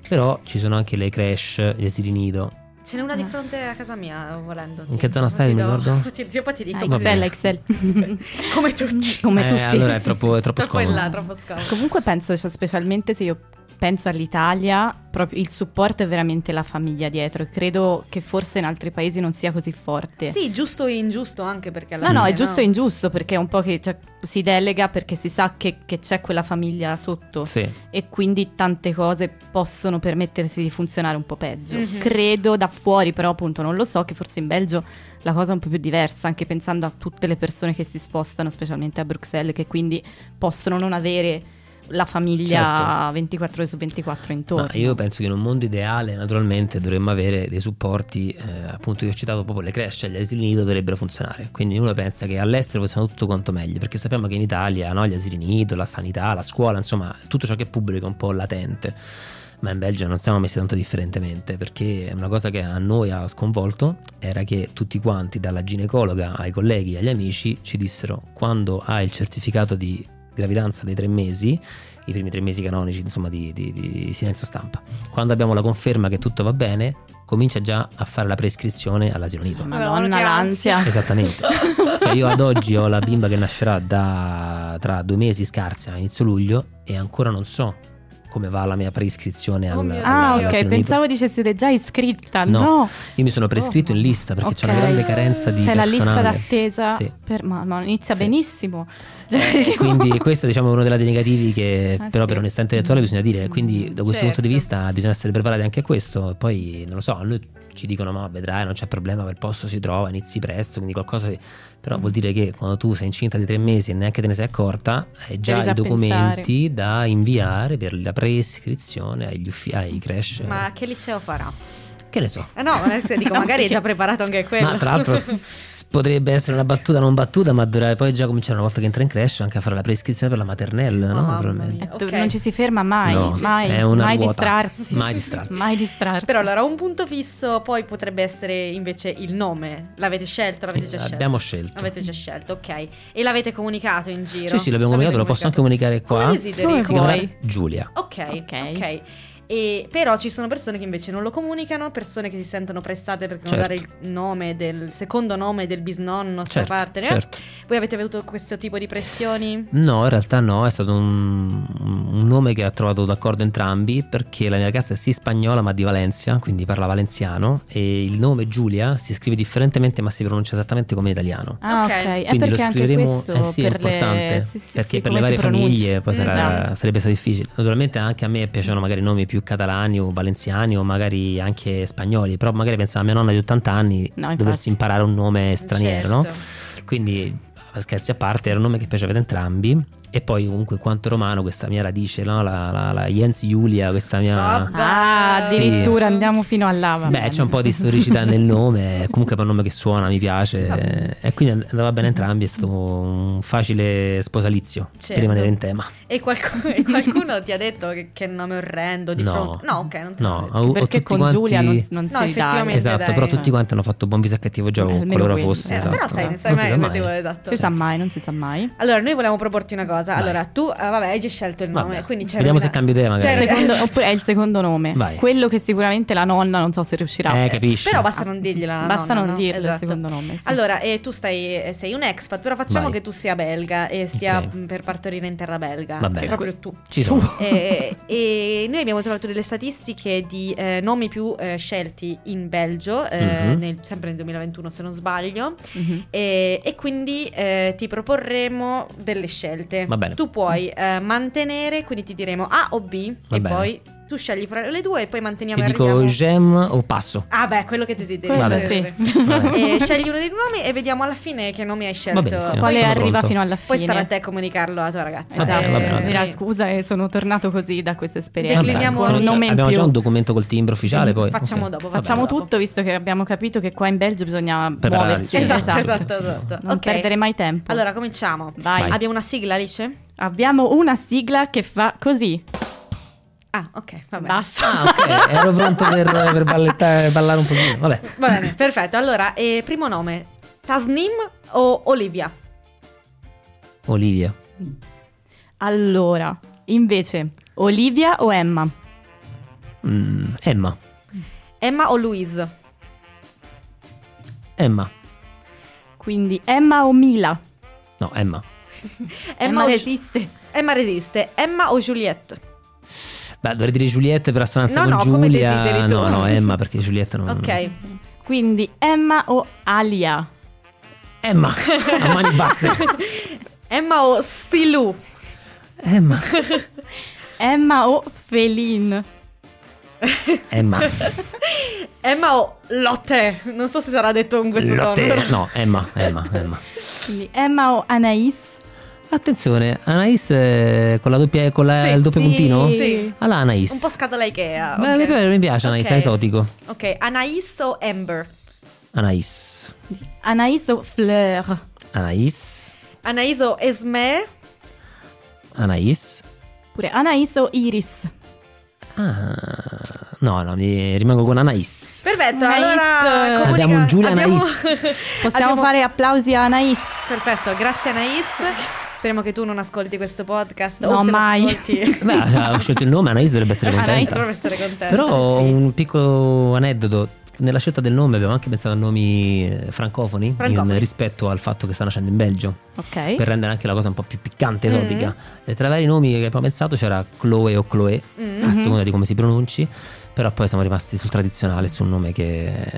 [SPEAKER 4] Però ci sono anche le crash, gli asili nido,
[SPEAKER 3] Ce n'è una di
[SPEAKER 2] Ah.
[SPEAKER 3] fronte a casa mia, eh, volendo.
[SPEAKER 4] In che zona stai,
[SPEAKER 3] Ti
[SPEAKER 4] mi
[SPEAKER 3] do-
[SPEAKER 4] ricordo?
[SPEAKER 3] Ti, zio, poi ti dico.
[SPEAKER 2] Ah,
[SPEAKER 4] va
[SPEAKER 2] Excel,
[SPEAKER 4] bene.
[SPEAKER 2] Excel.
[SPEAKER 3] Come tutti.
[SPEAKER 2] Come
[SPEAKER 4] Eh,
[SPEAKER 2] tutti.
[SPEAKER 4] allora è troppo, è troppo
[SPEAKER 3] Troppo in
[SPEAKER 4] scomodo.
[SPEAKER 3] là, troppo scomodo.
[SPEAKER 2] Comunque penso, cioè, specialmente se io penso all'Italia, proprio il supporto è veramente la famiglia dietro. e Credo che forse in altri paesi non sia così forte.
[SPEAKER 3] Sì, giusto e ingiusto anche perché alla
[SPEAKER 2] No, no,
[SPEAKER 3] fine,
[SPEAKER 2] è giusto e ingiusto perché è un po' che cioè, si delega perché si sa che, che c'è quella famiglia sotto
[SPEAKER 4] Sì.
[SPEAKER 2] e quindi tante cose possono permettersi di funzionare un po' peggio.
[SPEAKER 3] Mhm.
[SPEAKER 2] Credo da fuori, però appunto non lo so, che forse in Belgio la cosa è un po' più diversa, anche pensando a tutte le persone che si spostano, specialmente a Bruxelles, che quindi possono non avere la famiglia 24 ore su 24 intorno.
[SPEAKER 4] Certo. Ma io penso che in un mondo ideale, naturalmente, dovremmo avere dei supporti. eh, appunto, io ho citato proprio le cresce, gli asili nido dovrebbero funzionare. Quindi uno pensa che all'estero possiamo tutto quanto meglio, perché sappiamo che in Italia no, gli asili nido, la sanità, la scuola, insomma, tutto ciò che è pubblico è un po' latente. Ma in Belgio non siamo messi tanto differentemente, perché una cosa che a noi ha sconvolto era che tutti quanti, dalla ginecologa ai colleghi, agli amici, ci dissero quando hai il certificato di gravidanza dei tre mesi, i primi tre mesi canonici insomma di, di- di silenzio stampa. Quando abbiamo la conferma che tutto va bene, comincia già a fare la prescrizione all'asilo nido.
[SPEAKER 2] Madonna,
[SPEAKER 3] che
[SPEAKER 2] l'ansia.
[SPEAKER 3] ansia.
[SPEAKER 4] Esattamente. Cioè, io ad oggi ho la bimba che nascerà da tra due mesi scarsi a inizio luglio e ancora non so come va la mia prescrizione
[SPEAKER 3] Oh
[SPEAKER 4] al-
[SPEAKER 3] mio Dio.
[SPEAKER 2] Ah,
[SPEAKER 4] all'asilo
[SPEAKER 2] ok,
[SPEAKER 4] nido.
[SPEAKER 2] pensavo dicessete già iscritta. No,
[SPEAKER 4] No, Io mi sono prescritto in lista perché c'è una
[SPEAKER 2] Ok.
[SPEAKER 4] grande carenza di
[SPEAKER 2] c'è la lista
[SPEAKER 4] personale.
[SPEAKER 2] d'attesa.
[SPEAKER 4] Sì.
[SPEAKER 2] Per... Ma, ma inizia
[SPEAKER 4] Sì.
[SPEAKER 2] benissimo.
[SPEAKER 3] Cioè,
[SPEAKER 4] Eh, quindi questo diciamo, è uno della dei negativi che
[SPEAKER 2] Ah,
[SPEAKER 4] però
[SPEAKER 2] sì.
[SPEAKER 4] per onestà intellettuale bisogna dire, quindi da
[SPEAKER 3] Mm.
[SPEAKER 4] questo punto
[SPEAKER 3] Certo.
[SPEAKER 4] di vista bisogna essere preparati anche a questo, E poi non lo so, a noi ci dicono ma vedrai non c'è problema, quel posto si trova, inizi presto, quindi qualcosa, però
[SPEAKER 3] Mm.
[SPEAKER 4] vuol dire che quando tu sei incinta di tre mesi e neanche te ne sei accorta, hai già
[SPEAKER 2] Devi già
[SPEAKER 4] i documenti da inviare per la prescrizione agli uffi- ai crash,
[SPEAKER 3] Ma che liceo farà?
[SPEAKER 4] che ne so.
[SPEAKER 3] Eh no, adesso dico,
[SPEAKER 2] No,
[SPEAKER 3] magari è
[SPEAKER 2] perché-
[SPEAKER 3] già preparato anche quello.
[SPEAKER 4] Ma tra l'altro s- potrebbe essere una battuta non battuta, ma dovrai poi già cominciare una volta che entra in crash anche a fare la prescrizione per la maternella,
[SPEAKER 3] Oh,
[SPEAKER 4] no?
[SPEAKER 3] mamma
[SPEAKER 4] Naturalmente.
[SPEAKER 3] mia.
[SPEAKER 2] Dove
[SPEAKER 3] Ok.
[SPEAKER 2] Non ci si ferma mai,
[SPEAKER 4] No,
[SPEAKER 2] mai,
[SPEAKER 4] è una
[SPEAKER 2] mai
[SPEAKER 4] ruota.
[SPEAKER 2] distrarsi.
[SPEAKER 4] Mai distrarsi.
[SPEAKER 2] Mai
[SPEAKER 4] Certo.
[SPEAKER 2] distrarsi.
[SPEAKER 3] Però allora un punto fisso, poi potrebbe essere invece il nome. L'avete scelto? L'avete già scelto?
[SPEAKER 4] Abbiamo scelto.
[SPEAKER 3] L'avete già scelto, ok. E l'avete comunicato in giro?
[SPEAKER 4] Sì, sì, l'abbiamo comunicato, lo posso anche comunicare
[SPEAKER 3] Come
[SPEAKER 4] qua.
[SPEAKER 2] Come
[SPEAKER 3] desideri.
[SPEAKER 4] Si chiamerà
[SPEAKER 2] vuoi.
[SPEAKER 4] Giulia.
[SPEAKER 3] Ok,
[SPEAKER 2] Ok.
[SPEAKER 3] ok. E- però ci sono persone che invece non lo comunicano, persone che si sentono pressate perché non dare
[SPEAKER 4] Certo.
[SPEAKER 3] il nome del secondo nome del bisnonno, sta
[SPEAKER 4] Certo,
[SPEAKER 3] parte. eh?
[SPEAKER 4] certo.
[SPEAKER 3] Voi avete avuto questo tipo di pressioni?
[SPEAKER 4] No, in realtà no, è stato un, un nome che ha trovato d'accordo entrambi perché la mia ragazza è sì spagnola ma di Valencia, quindi parla valenziano e il nome Giulia si scrive differentemente ma si pronuncia esattamente come in italiano.
[SPEAKER 2] Ah,
[SPEAKER 3] Ok.
[SPEAKER 2] ok. È
[SPEAKER 4] Quindi
[SPEAKER 2] perché
[SPEAKER 4] lo
[SPEAKER 2] anche
[SPEAKER 4] scriveremo,
[SPEAKER 2] questo
[SPEAKER 4] eh sì, è
[SPEAKER 2] per
[SPEAKER 4] importante,
[SPEAKER 2] le... sì, sì,
[SPEAKER 4] perché
[SPEAKER 2] sì,
[SPEAKER 4] per
[SPEAKER 2] come
[SPEAKER 4] le
[SPEAKER 2] si
[SPEAKER 4] varie
[SPEAKER 2] pronuncia.
[SPEAKER 4] famiglie poi sarà-
[SPEAKER 2] Esatto.
[SPEAKER 4] sarebbe stato difficile. Naturalmente anche a me piacevano magari nomi più catalani o valenziani o magari anche spagnoli, però magari pensavo a mia nonna di 80 anni
[SPEAKER 2] No, infatti.
[SPEAKER 4] doversi imparare un nome straniero, no?
[SPEAKER 3] Certo.
[SPEAKER 4] Quindi, scherzi a parte, era un nome che piaceva ad entrambi. E poi, comunque, quanto romano, questa mia radice, no? la, la, la Jens Julia, questa mia.
[SPEAKER 3] Vabbè.
[SPEAKER 2] Ah, addirittura
[SPEAKER 3] Sì.
[SPEAKER 2] andiamo fino all'ava.
[SPEAKER 4] Beh, c'è un po' di storicità nel nome, comunque è un nome che suona, mi piace. E quindi andava bene entrambi, è stato un facile sposalizio per
[SPEAKER 3] Certo.
[SPEAKER 4] rimanere in tema.
[SPEAKER 3] E qualcuno, e qualcuno ti ha detto che, che nome orrendo di
[SPEAKER 4] No.
[SPEAKER 3] fronte? No, ok, non te l'ho
[SPEAKER 4] No,
[SPEAKER 3] detto.
[SPEAKER 4] ho, ho
[SPEAKER 2] perché
[SPEAKER 4] tutti
[SPEAKER 2] con
[SPEAKER 4] quanti...
[SPEAKER 2] Giulia non, non
[SPEAKER 3] No,
[SPEAKER 2] si
[SPEAKER 3] effettivamente,
[SPEAKER 2] dà. eh.
[SPEAKER 4] Esatto,
[SPEAKER 3] dai.
[SPEAKER 4] però tutti quanti hanno fatto buon viso a cattivo gioco,
[SPEAKER 2] Almeno
[SPEAKER 4] qualora
[SPEAKER 2] quello.
[SPEAKER 4] fosse.
[SPEAKER 2] Eh,
[SPEAKER 4] esatto.
[SPEAKER 3] Però sai,
[SPEAKER 4] Non
[SPEAKER 3] ne sai
[SPEAKER 4] si
[SPEAKER 3] mai,
[SPEAKER 4] sa mai.
[SPEAKER 3] potevo- esatto.
[SPEAKER 2] Si sa mai, non si sa mai.
[SPEAKER 3] Allora, noi volevamo proporti una cosa.
[SPEAKER 4] Vai.
[SPEAKER 3] Allora, tu, ah, vabbè, hai già scelto il nome,
[SPEAKER 4] Vabbè.
[SPEAKER 3] quindi c'è
[SPEAKER 4] Vediamo se
[SPEAKER 3] rovina-
[SPEAKER 4] cambio idea magari.
[SPEAKER 3] Cioè,
[SPEAKER 2] Secondo-
[SPEAKER 3] ragazzi-
[SPEAKER 2] oppure è il secondo nome.
[SPEAKER 4] Vai.
[SPEAKER 2] Quello che sicuramente la nonna non so se riuscirà.
[SPEAKER 4] Eh, capisci.
[SPEAKER 3] Però basta non dirgliela. alla
[SPEAKER 2] Basta
[SPEAKER 3] nonna,
[SPEAKER 2] non
[SPEAKER 3] no?
[SPEAKER 2] dirlo il
[SPEAKER 3] Esatto.
[SPEAKER 2] secondo nome. sì.
[SPEAKER 3] Allora, eh, tu stai, eh, sei un expat, però facciamo
[SPEAKER 4] Vai.
[SPEAKER 3] che tu sia belga e stia
[SPEAKER 4] Ok.
[SPEAKER 3] mh, per partorire in terra belga.
[SPEAKER 4] Va bene.
[SPEAKER 3] Proprio tu.
[SPEAKER 4] Ci sono.
[SPEAKER 3] Eh, e noi abbiamo trovato delle statistiche di eh, nomi più eh, scelti in Belgio, eh,
[SPEAKER 4] Mhm.
[SPEAKER 3] nel- sempre nel 2021 se non sbaglio,
[SPEAKER 2] Mhm.
[SPEAKER 3] e, e quindi eh, ti proporremo delle scelte.
[SPEAKER 4] Va bene.
[SPEAKER 3] Tu puoi eh, mantenere, quindi ti diremo A o B
[SPEAKER 4] Va
[SPEAKER 3] e
[SPEAKER 4] bene.
[SPEAKER 3] poi tu scegli fra le due e poi manteniamo
[SPEAKER 4] Ti
[SPEAKER 3] e
[SPEAKER 4] dico
[SPEAKER 3] arriviamo-
[SPEAKER 4] gem o passo.
[SPEAKER 3] Ah beh, quello che desideri.
[SPEAKER 4] Quello
[SPEAKER 3] Vabbè.
[SPEAKER 2] sì.
[SPEAKER 4] Vabbè.
[SPEAKER 3] Eh, scegli uno dei due nomi e vediamo alla fine che nome hai scelto.
[SPEAKER 4] benissimo.
[SPEAKER 3] Poi,
[SPEAKER 2] Quale
[SPEAKER 4] sono
[SPEAKER 2] arriva
[SPEAKER 4] pronto.
[SPEAKER 2] fino alla fine?
[SPEAKER 3] poi starà a te comunicarlo alla tua ragazza.
[SPEAKER 2] Esatto.
[SPEAKER 4] Va bene, va bene, va
[SPEAKER 2] Dirà,
[SPEAKER 4] bene.
[SPEAKER 2] scusa, eh, sono tornato così da questa esperienza.
[SPEAKER 3] Decliniamo
[SPEAKER 2] con un
[SPEAKER 3] il-
[SPEAKER 2] nome in
[SPEAKER 4] Abbiamo
[SPEAKER 2] più.
[SPEAKER 4] già un documento col timbro ufficiale
[SPEAKER 3] Sì,
[SPEAKER 4] poi.
[SPEAKER 3] facciamo
[SPEAKER 4] Ok.
[SPEAKER 3] dopo,
[SPEAKER 4] Va bene.
[SPEAKER 2] Facciamo
[SPEAKER 3] dopo.
[SPEAKER 2] tutto visto che abbiamo capito che qua in Belgio bisogna
[SPEAKER 4] Prepararsi.
[SPEAKER 2] muoversi.
[SPEAKER 4] Sì,
[SPEAKER 3] esatto,
[SPEAKER 4] esatto.
[SPEAKER 3] esatto, esatto.
[SPEAKER 2] Non
[SPEAKER 3] Ok.
[SPEAKER 2] perdere mai tempo.
[SPEAKER 3] Allora, cominciamo.
[SPEAKER 2] Vai.
[SPEAKER 4] Vai.
[SPEAKER 3] Abbiamo una sigla, Alice?
[SPEAKER 2] Abbiamo una sigla che fa così.
[SPEAKER 3] Ah, ok, va bene.
[SPEAKER 2] Basta.
[SPEAKER 4] Ah, ok, ero pronto per, per ballettare- ballare un pochino. Vabbè.
[SPEAKER 3] Va bene, perfetto. Allora, eh, primo nome, Tasnim o Olivia?
[SPEAKER 4] Olivia.
[SPEAKER 2] Allora, invece, Olivia o Emma?
[SPEAKER 4] Mm, Emma.
[SPEAKER 3] Emma o Louise?
[SPEAKER 4] Emma.
[SPEAKER 2] Quindi Emma o Mila?
[SPEAKER 4] No, Emma.
[SPEAKER 3] Emma, o Gi-
[SPEAKER 2] esiste.
[SPEAKER 3] Emma resiste. Emma o Juliette?
[SPEAKER 4] Beh, dovrei dire Giulietta per assonanza
[SPEAKER 3] No,
[SPEAKER 4] con
[SPEAKER 3] no, come
[SPEAKER 4] Giulia.
[SPEAKER 3] desideri tu.
[SPEAKER 4] no, no, Emma perché Giulietta non
[SPEAKER 3] Ok.
[SPEAKER 2] Quindi Emma o Alia?
[SPEAKER 4] Emma, a mani basse.
[SPEAKER 3] Emma o Silu?
[SPEAKER 4] Emma.
[SPEAKER 2] Emma o Felin?
[SPEAKER 4] Emma.
[SPEAKER 3] Emma o Lotte? Non so se sarà detto con questo
[SPEAKER 4] Lotte.
[SPEAKER 3] tono.
[SPEAKER 4] No, Emma, Emma, Emma.
[SPEAKER 2] Quindi Emma o Anais?
[SPEAKER 4] Attenzione, Anais eh, con la doppia con la- il doppio
[SPEAKER 2] sì.
[SPEAKER 4] puntino?
[SPEAKER 3] Sì.
[SPEAKER 4] Alla Anais.
[SPEAKER 3] Un po' scatola Ikea.
[SPEAKER 4] Beh,
[SPEAKER 3] ok.
[SPEAKER 4] mi piace- mi piace Anais,
[SPEAKER 3] Ok.
[SPEAKER 4] è esotico.
[SPEAKER 3] Ok, Anais o Amber?
[SPEAKER 4] Anais.
[SPEAKER 2] Anais o Fleur?
[SPEAKER 4] Anais.
[SPEAKER 3] Anais o Esme?
[SPEAKER 4] Anais.
[SPEAKER 2] Oppure Anais o Iris?
[SPEAKER 4] Ah, no, no, mi rimango con Anais. eh,
[SPEAKER 3] Perfetto,
[SPEAKER 2] Anais.
[SPEAKER 3] allora comunica-
[SPEAKER 4] Abbiamo un Giulia
[SPEAKER 3] abbiamo-
[SPEAKER 4] Anais.
[SPEAKER 2] Possiamo
[SPEAKER 3] abbiamo-
[SPEAKER 2] fare applausi a Anais?
[SPEAKER 3] Perfetto, grazie Anais. Speriamo che tu non ascolti questo podcast.
[SPEAKER 2] No,
[SPEAKER 3] o se lo
[SPEAKER 2] mai.
[SPEAKER 3] ascolti-
[SPEAKER 4] Beh, ho scelto il nome, Anais dovrebbe essere
[SPEAKER 3] Anais
[SPEAKER 4] contenta.
[SPEAKER 3] dovrebbe essere contenta,
[SPEAKER 4] Però
[SPEAKER 3] sì.
[SPEAKER 4] un piccolo aneddoto. Nella scelta del nome abbiamo anche pensato a nomi eh, francofoni, in-
[SPEAKER 3] Francofoni.
[SPEAKER 4] rispetto al fatto che sta nascendo in Belgio,
[SPEAKER 2] Ok.
[SPEAKER 4] per rendere anche la cosa un po' più piccante, esotica.
[SPEAKER 2] Mm.
[SPEAKER 4] E tra i vari nomi che abbiamo pensato c'era Chloe o Chloe,
[SPEAKER 3] Mm.
[SPEAKER 2] Mm-hmm.
[SPEAKER 4] a seconda di come si pronunci, però poi siamo rimasti sul tradizionale, su un nome che eh,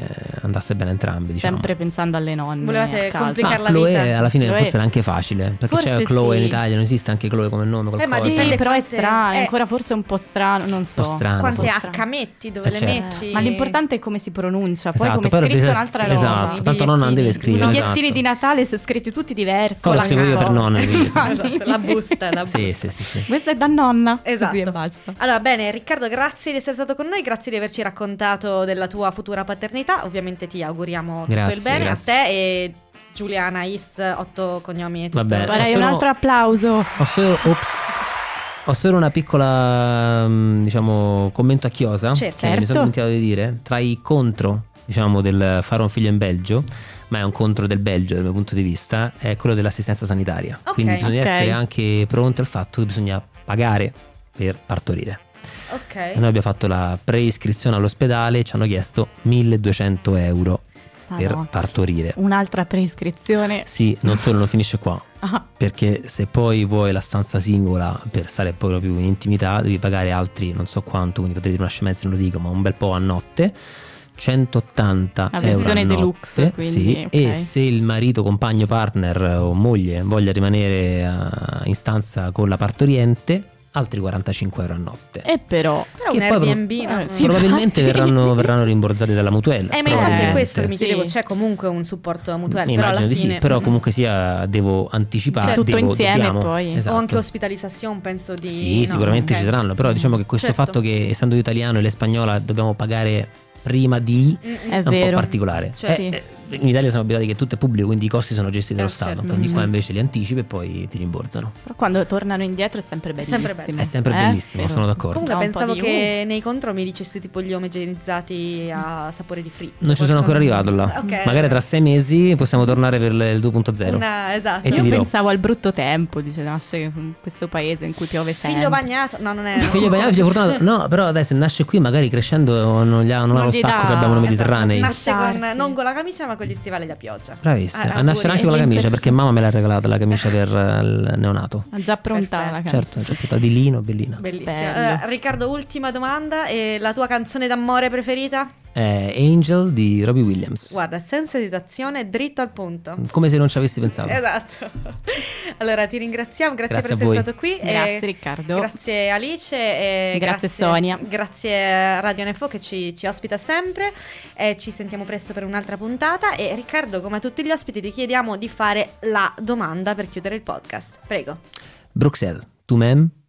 [SPEAKER 4] andasse bene a entrambi. Diciamo.
[SPEAKER 2] Sempre pensando alle nonne.
[SPEAKER 3] Volevate
[SPEAKER 2] a casa.
[SPEAKER 3] complicare-
[SPEAKER 4] Ma
[SPEAKER 3] Piccar la
[SPEAKER 4] Chloe
[SPEAKER 3] vita.
[SPEAKER 4] alla fine
[SPEAKER 2] Chloe.
[SPEAKER 4] forse era anche facile, perché
[SPEAKER 2] Forse
[SPEAKER 4] c'è Chloe in
[SPEAKER 2] sì.
[SPEAKER 4] Italia, non esiste anche Chloe come nome,
[SPEAKER 3] Eh, ma
[SPEAKER 4] qualcosa.
[SPEAKER 2] Sì,
[SPEAKER 3] dipende
[SPEAKER 2] però è
[SPEAKER 3] quante-
[SPEAKER 2] strano,
[SPEAKER 3] eh.
[SPEAKER 2] è ancora forse un po' strano, non so.
[SPEAKER 4] Un po' strano,
[SPEAKER 3] Quante
[SPEAKER 4] forse.
[SPEAKER 3] H metti, dove
[SPEAKER 4] Eh,
[SPEAKER 3] le
[SPEAKER 4] certo.
[SPEAKER 3] metti?
[SPEAKER 2] Ma l'importante è come si pronuncia, poi
[SPEAKER 4] Esatto,
[SPEAKER 2] come
[SPEAKER 4] però
[SPEAKER 2] è scritto
[SPEAKER 4] ti-
[SPEAKER 2] è un'altra
[SPEAKER 4] esatto,
[SPEAKER 2] roba.
[SPEAKER 4] tanto nonna non deve scrivere,
[SPEAKER 2] I bigliettini
[SPEAKER 4] esatto.
[SPEAKER 2] di Natale sono scritti tutti diversi.
[SPEAKER 4] Cosa
[SPEAKER 2] con la
[SPEAKER 4] scrivo io per
[SPEAKER 2] capa.
[SPEAKER 4] nonna, i biglietti?
[SPEAKER 2] Esatto.
[SPEAKER 3] Esatto, la busta, la busta.
[SPEAKER 4] Sì, sì, sì, sì.
[SPEAKER 2] Questa è da nonna.
[SPEAKER 3] Esatto.
[SPEAKER 2] Così e
[SPEAKER 4] Eh,
[SPEAKER 2] basta.
[SPEAKER 3] Allora, bene, Riccardo, grazie di essere stato con noi, grazie di averci raccontato della tua futura paternità. Ovviamente ti auguriamo
[SPEAKER 4] Grazie,
[SPEAKER 3] tutto il bene
[SPEAKER 4] grazie.
[SPEAKER 3] a te e Giuliana Is, otto cognomi e tutto.
[SPEAKER 4] Va bene.
[SPEAKER 2] Guarda,
[SPEAKER 4] Sono-
[SPEAKER 2] un altro applauso.
[SPEAKER 4] Ho solo, ops. Ho solo una piccola, mm, diciamo, commento a chiosa.
[SPEAKER 3] Certo.
[SPEAKER 4] che Mi
[SPEAKER 2] Certo.
[SPEAKER 4] sono dimenticato di dire. Tra i contro, diciamo, del fare un figlio in Belgio, ma è un contro del Belgio dal mio punto di vista, è quello dell'assistenza sanitaria.
[SPEAKER 3] Ok.
[SPEAKER 4] Quindi bisogna
[SPEAKER 2] Ok.
[SPEAKER 4] essere anche pronti al fatto che bisogna pagare per partorire. E
[SPEAKER 3] Ok.
[SPEAKER 4] Noi abbiamo fatto la preiscrizione all'ospedale e ci hanno chiesto 1200 euro per
[SPEAKER 2] Madonna.
[SPEAKER 4] partorire.
[SPEAKER 2] Ah, Un'altra prescrizione.
[SPEAKER 4] Sì, non solo non finisce qua,
[SPEAKER 2] Ah,
[SPEAKER 4] perché se poi vuoi la stanza singola per stare proprio più in intimità devi pagare altri non so quanto, quindi potrei dire una scemenza, non lo dico, ma un bel po' a notte. 180
[SPEAKER 2] La versione
[SPEAKER 4] euro a
[SPEAKER 2] deluxe,
[SPEAKER 4] notte,
[SPEAKER 2] quindi,
[SPEAKER 4] sì,
[SPEAKER 2] ok.
[SPEAKER 4] e se il marito, compagno, partner eh, o moglie voglia rimanere eh, in stanza con la partoriente, altri 45 euro a notte.
[SPEAKER 2] e però.
[SPEAKER 3] Però
[SPEAKER 4] Che
[SPEAKER 3] un
[SPEAKER 4] poi prob-
[SPEAKER 3] Airbnb, no?
[SPEAKER 2] eh, sì,
[SPEAKER 4] Probabilmente
[SPEAKER 2] infatti.
[SPEAKER 4] verranno, verranno rimborsati dalla mutuella.
[SPEAKER 3] Eh, ma infatti
[SPEAKER 4] probabilmente.
[SPEAKER 3] è questo che mi
[SPEAKER 2] Sì.
[SPEAKER 3] chiedevo, c'è comunque un supporto a mutuale,
[SPEAKER 4] Mi
[SPEAKER 3] però alla
[SPEAKER 4] immagino di
[SPEAKER 3] fine... mm.
[SPEAKER 4] sì, però comunque sia devo anticipare
[SPEAKER 3] Certo.
[SPEAKER 4] devo-
[SPEAKER 2] Tutto insieme
[SPEAKER 4] dobbiamo.
[SPEAKER 2] poi. O
[SPEAKER 4] Esatto.
[SPEAKER 3] O anche ospitalizzazione, penso di...
[SPEAKER 4] Sì,
[SPEAKER 3] no,
[SPEAKER 4] sicuramente
[SPEAKER 3] ok.
[SPEAKER 4] ci saranno, però diciamo che questo
[SPEAKER 3] Certo.
[SPEAKER 4] fatto che essendo io italiano e lei spagnola dobbiamo pagare prima di
[SPEAKER 3] Mm, mm.
[SPEAKER 2] È
[SPEAKER 4] è un po'
[SPEAKER 2] vero.
[SPEAKER 4] particolare.
[SPEAKER 3] Cioè,
[SPEAKER 4] Eh, eh, in Italia siamo abituati che tutto è pubblico, quindi i costi sono gestiti dallo
[SPEAKER 3] Eh, certo.
[SPEAKER 4] Stato, quindi qua
[SPEAKER 2] Mhm.
[SPEAKER 4] invece li anticipi e poi ti rimborsano.
[SPEAKER 2] Però quando tornano indietro è sempre
[SPEAKER 3] È
[SPEAKER 2] bellissimo.
[SPEAKER 3] sempre bello.
[SPEAKER 4] È sempre
[SPEAKER 2] eh?
[SPEAKER 4] bellissimo,
[SPEAKER 2] Vero.
[SPEAKER 4] sono d'accordo.
[SPEAKER 3] Comunque
[SPEAKER 2] Da un po'
[SPEAKER 3] pensavo
[SPEAKER 2] di-
[SPEAKER 3] che nei contro mi dicessi tipo gli omogenizzati a sapore di fritto.
[SPEAKER 4] Non ci sono ancora arrivato là.
[SPEAKER 3] Ok.
[SPEAKER 4] Magari tra sei mesi possiamo tornare per le- il 2.0.
[SPEAKER 3] Una, esatto.
[SPEAKER 4] E ti
[SPEAKER 2] Io
[SPEAKER 4] dirò.
[SPEAKER 2] pensavo al brutto tempo, dice, nasce in questo paese in cui piove sempre.
[SPEAKER 3] Figlio bagnato. No, non è.
[SPEAKER 4] Figlio bagnato, figlio fortunato. No, però dai, se nasce qui, magari crescendo non, gli ha, non ha
[SPEAKER 2] Non
[SPEAKER 4] lo
[SPEAKER 2] gli
[SPEAKER 4] stacco
[SPEAKER 2] dà-
[SPEAKER 4] che abbiamo noi
[SPEAKER 2] esatto,
[SPEAKER 4] mediterranei.
[SPEAKER 2] nasce-
[SPEAKER 3] Nasce con,
[SPEAKER 2] Darsi.
[SPEAKER 3] non con la camicia, ma con gli stivali da pioggia.
[SPEAKER 4] Bravissima.
[SPEAKER 3] Ah,
[SPEAKER 4] A nascere anche con la
[SPEAKER 2] pure.
[SPEAKER 4] camicia, perché mamma me l'ha regalata la camicia per eh, il neonato.
[SPEAKER 2] Ha già pronta la canzone.
[SPEAKER 4] Certo, certo, tutta di lino, bellina.
[SPEAKER 3] Bellissimo.
[SPEAKER 2] Bello.
[SPEAKER 3] Allora, Riccardo, ultima domanda. E la tua canzone d'amore preferita?
[SPEAKER 4] è Angel di Robbie Williams.
[SPEAKER 3] Guarda, senza esitazione, dritto al punto.
[SPEAKER 4] Come se non ci avessi pensato.
[SPEAKER 3] Esatto. Allora ti ringraziamo, grazie,
[SPEAKER 4] Grazie
[SPEAKER 3] per
[SPEAKER 4] a
[SPEAKER 3] essere
[SPEAKER 4] voi.
[SPEAKER 3] stato qui. e
[SPEAKER 2] Grazie Riccardo.
[SPEAKER 3] Eh, Grazie Alice e
[SPEAKER 2] Grazie, Sonia.
[SPEAKER 3] Grazie Radio Nefo che ci, ci ospita sempre. Eh, ci sentiamo presto per un'altra puntata. E Riccardo, come a tutti gli ospiti, ti chiediamo di fare la domanda per chiudere il podcast. Prego.
[SPEAKER 4] Bruxelles, tu mem?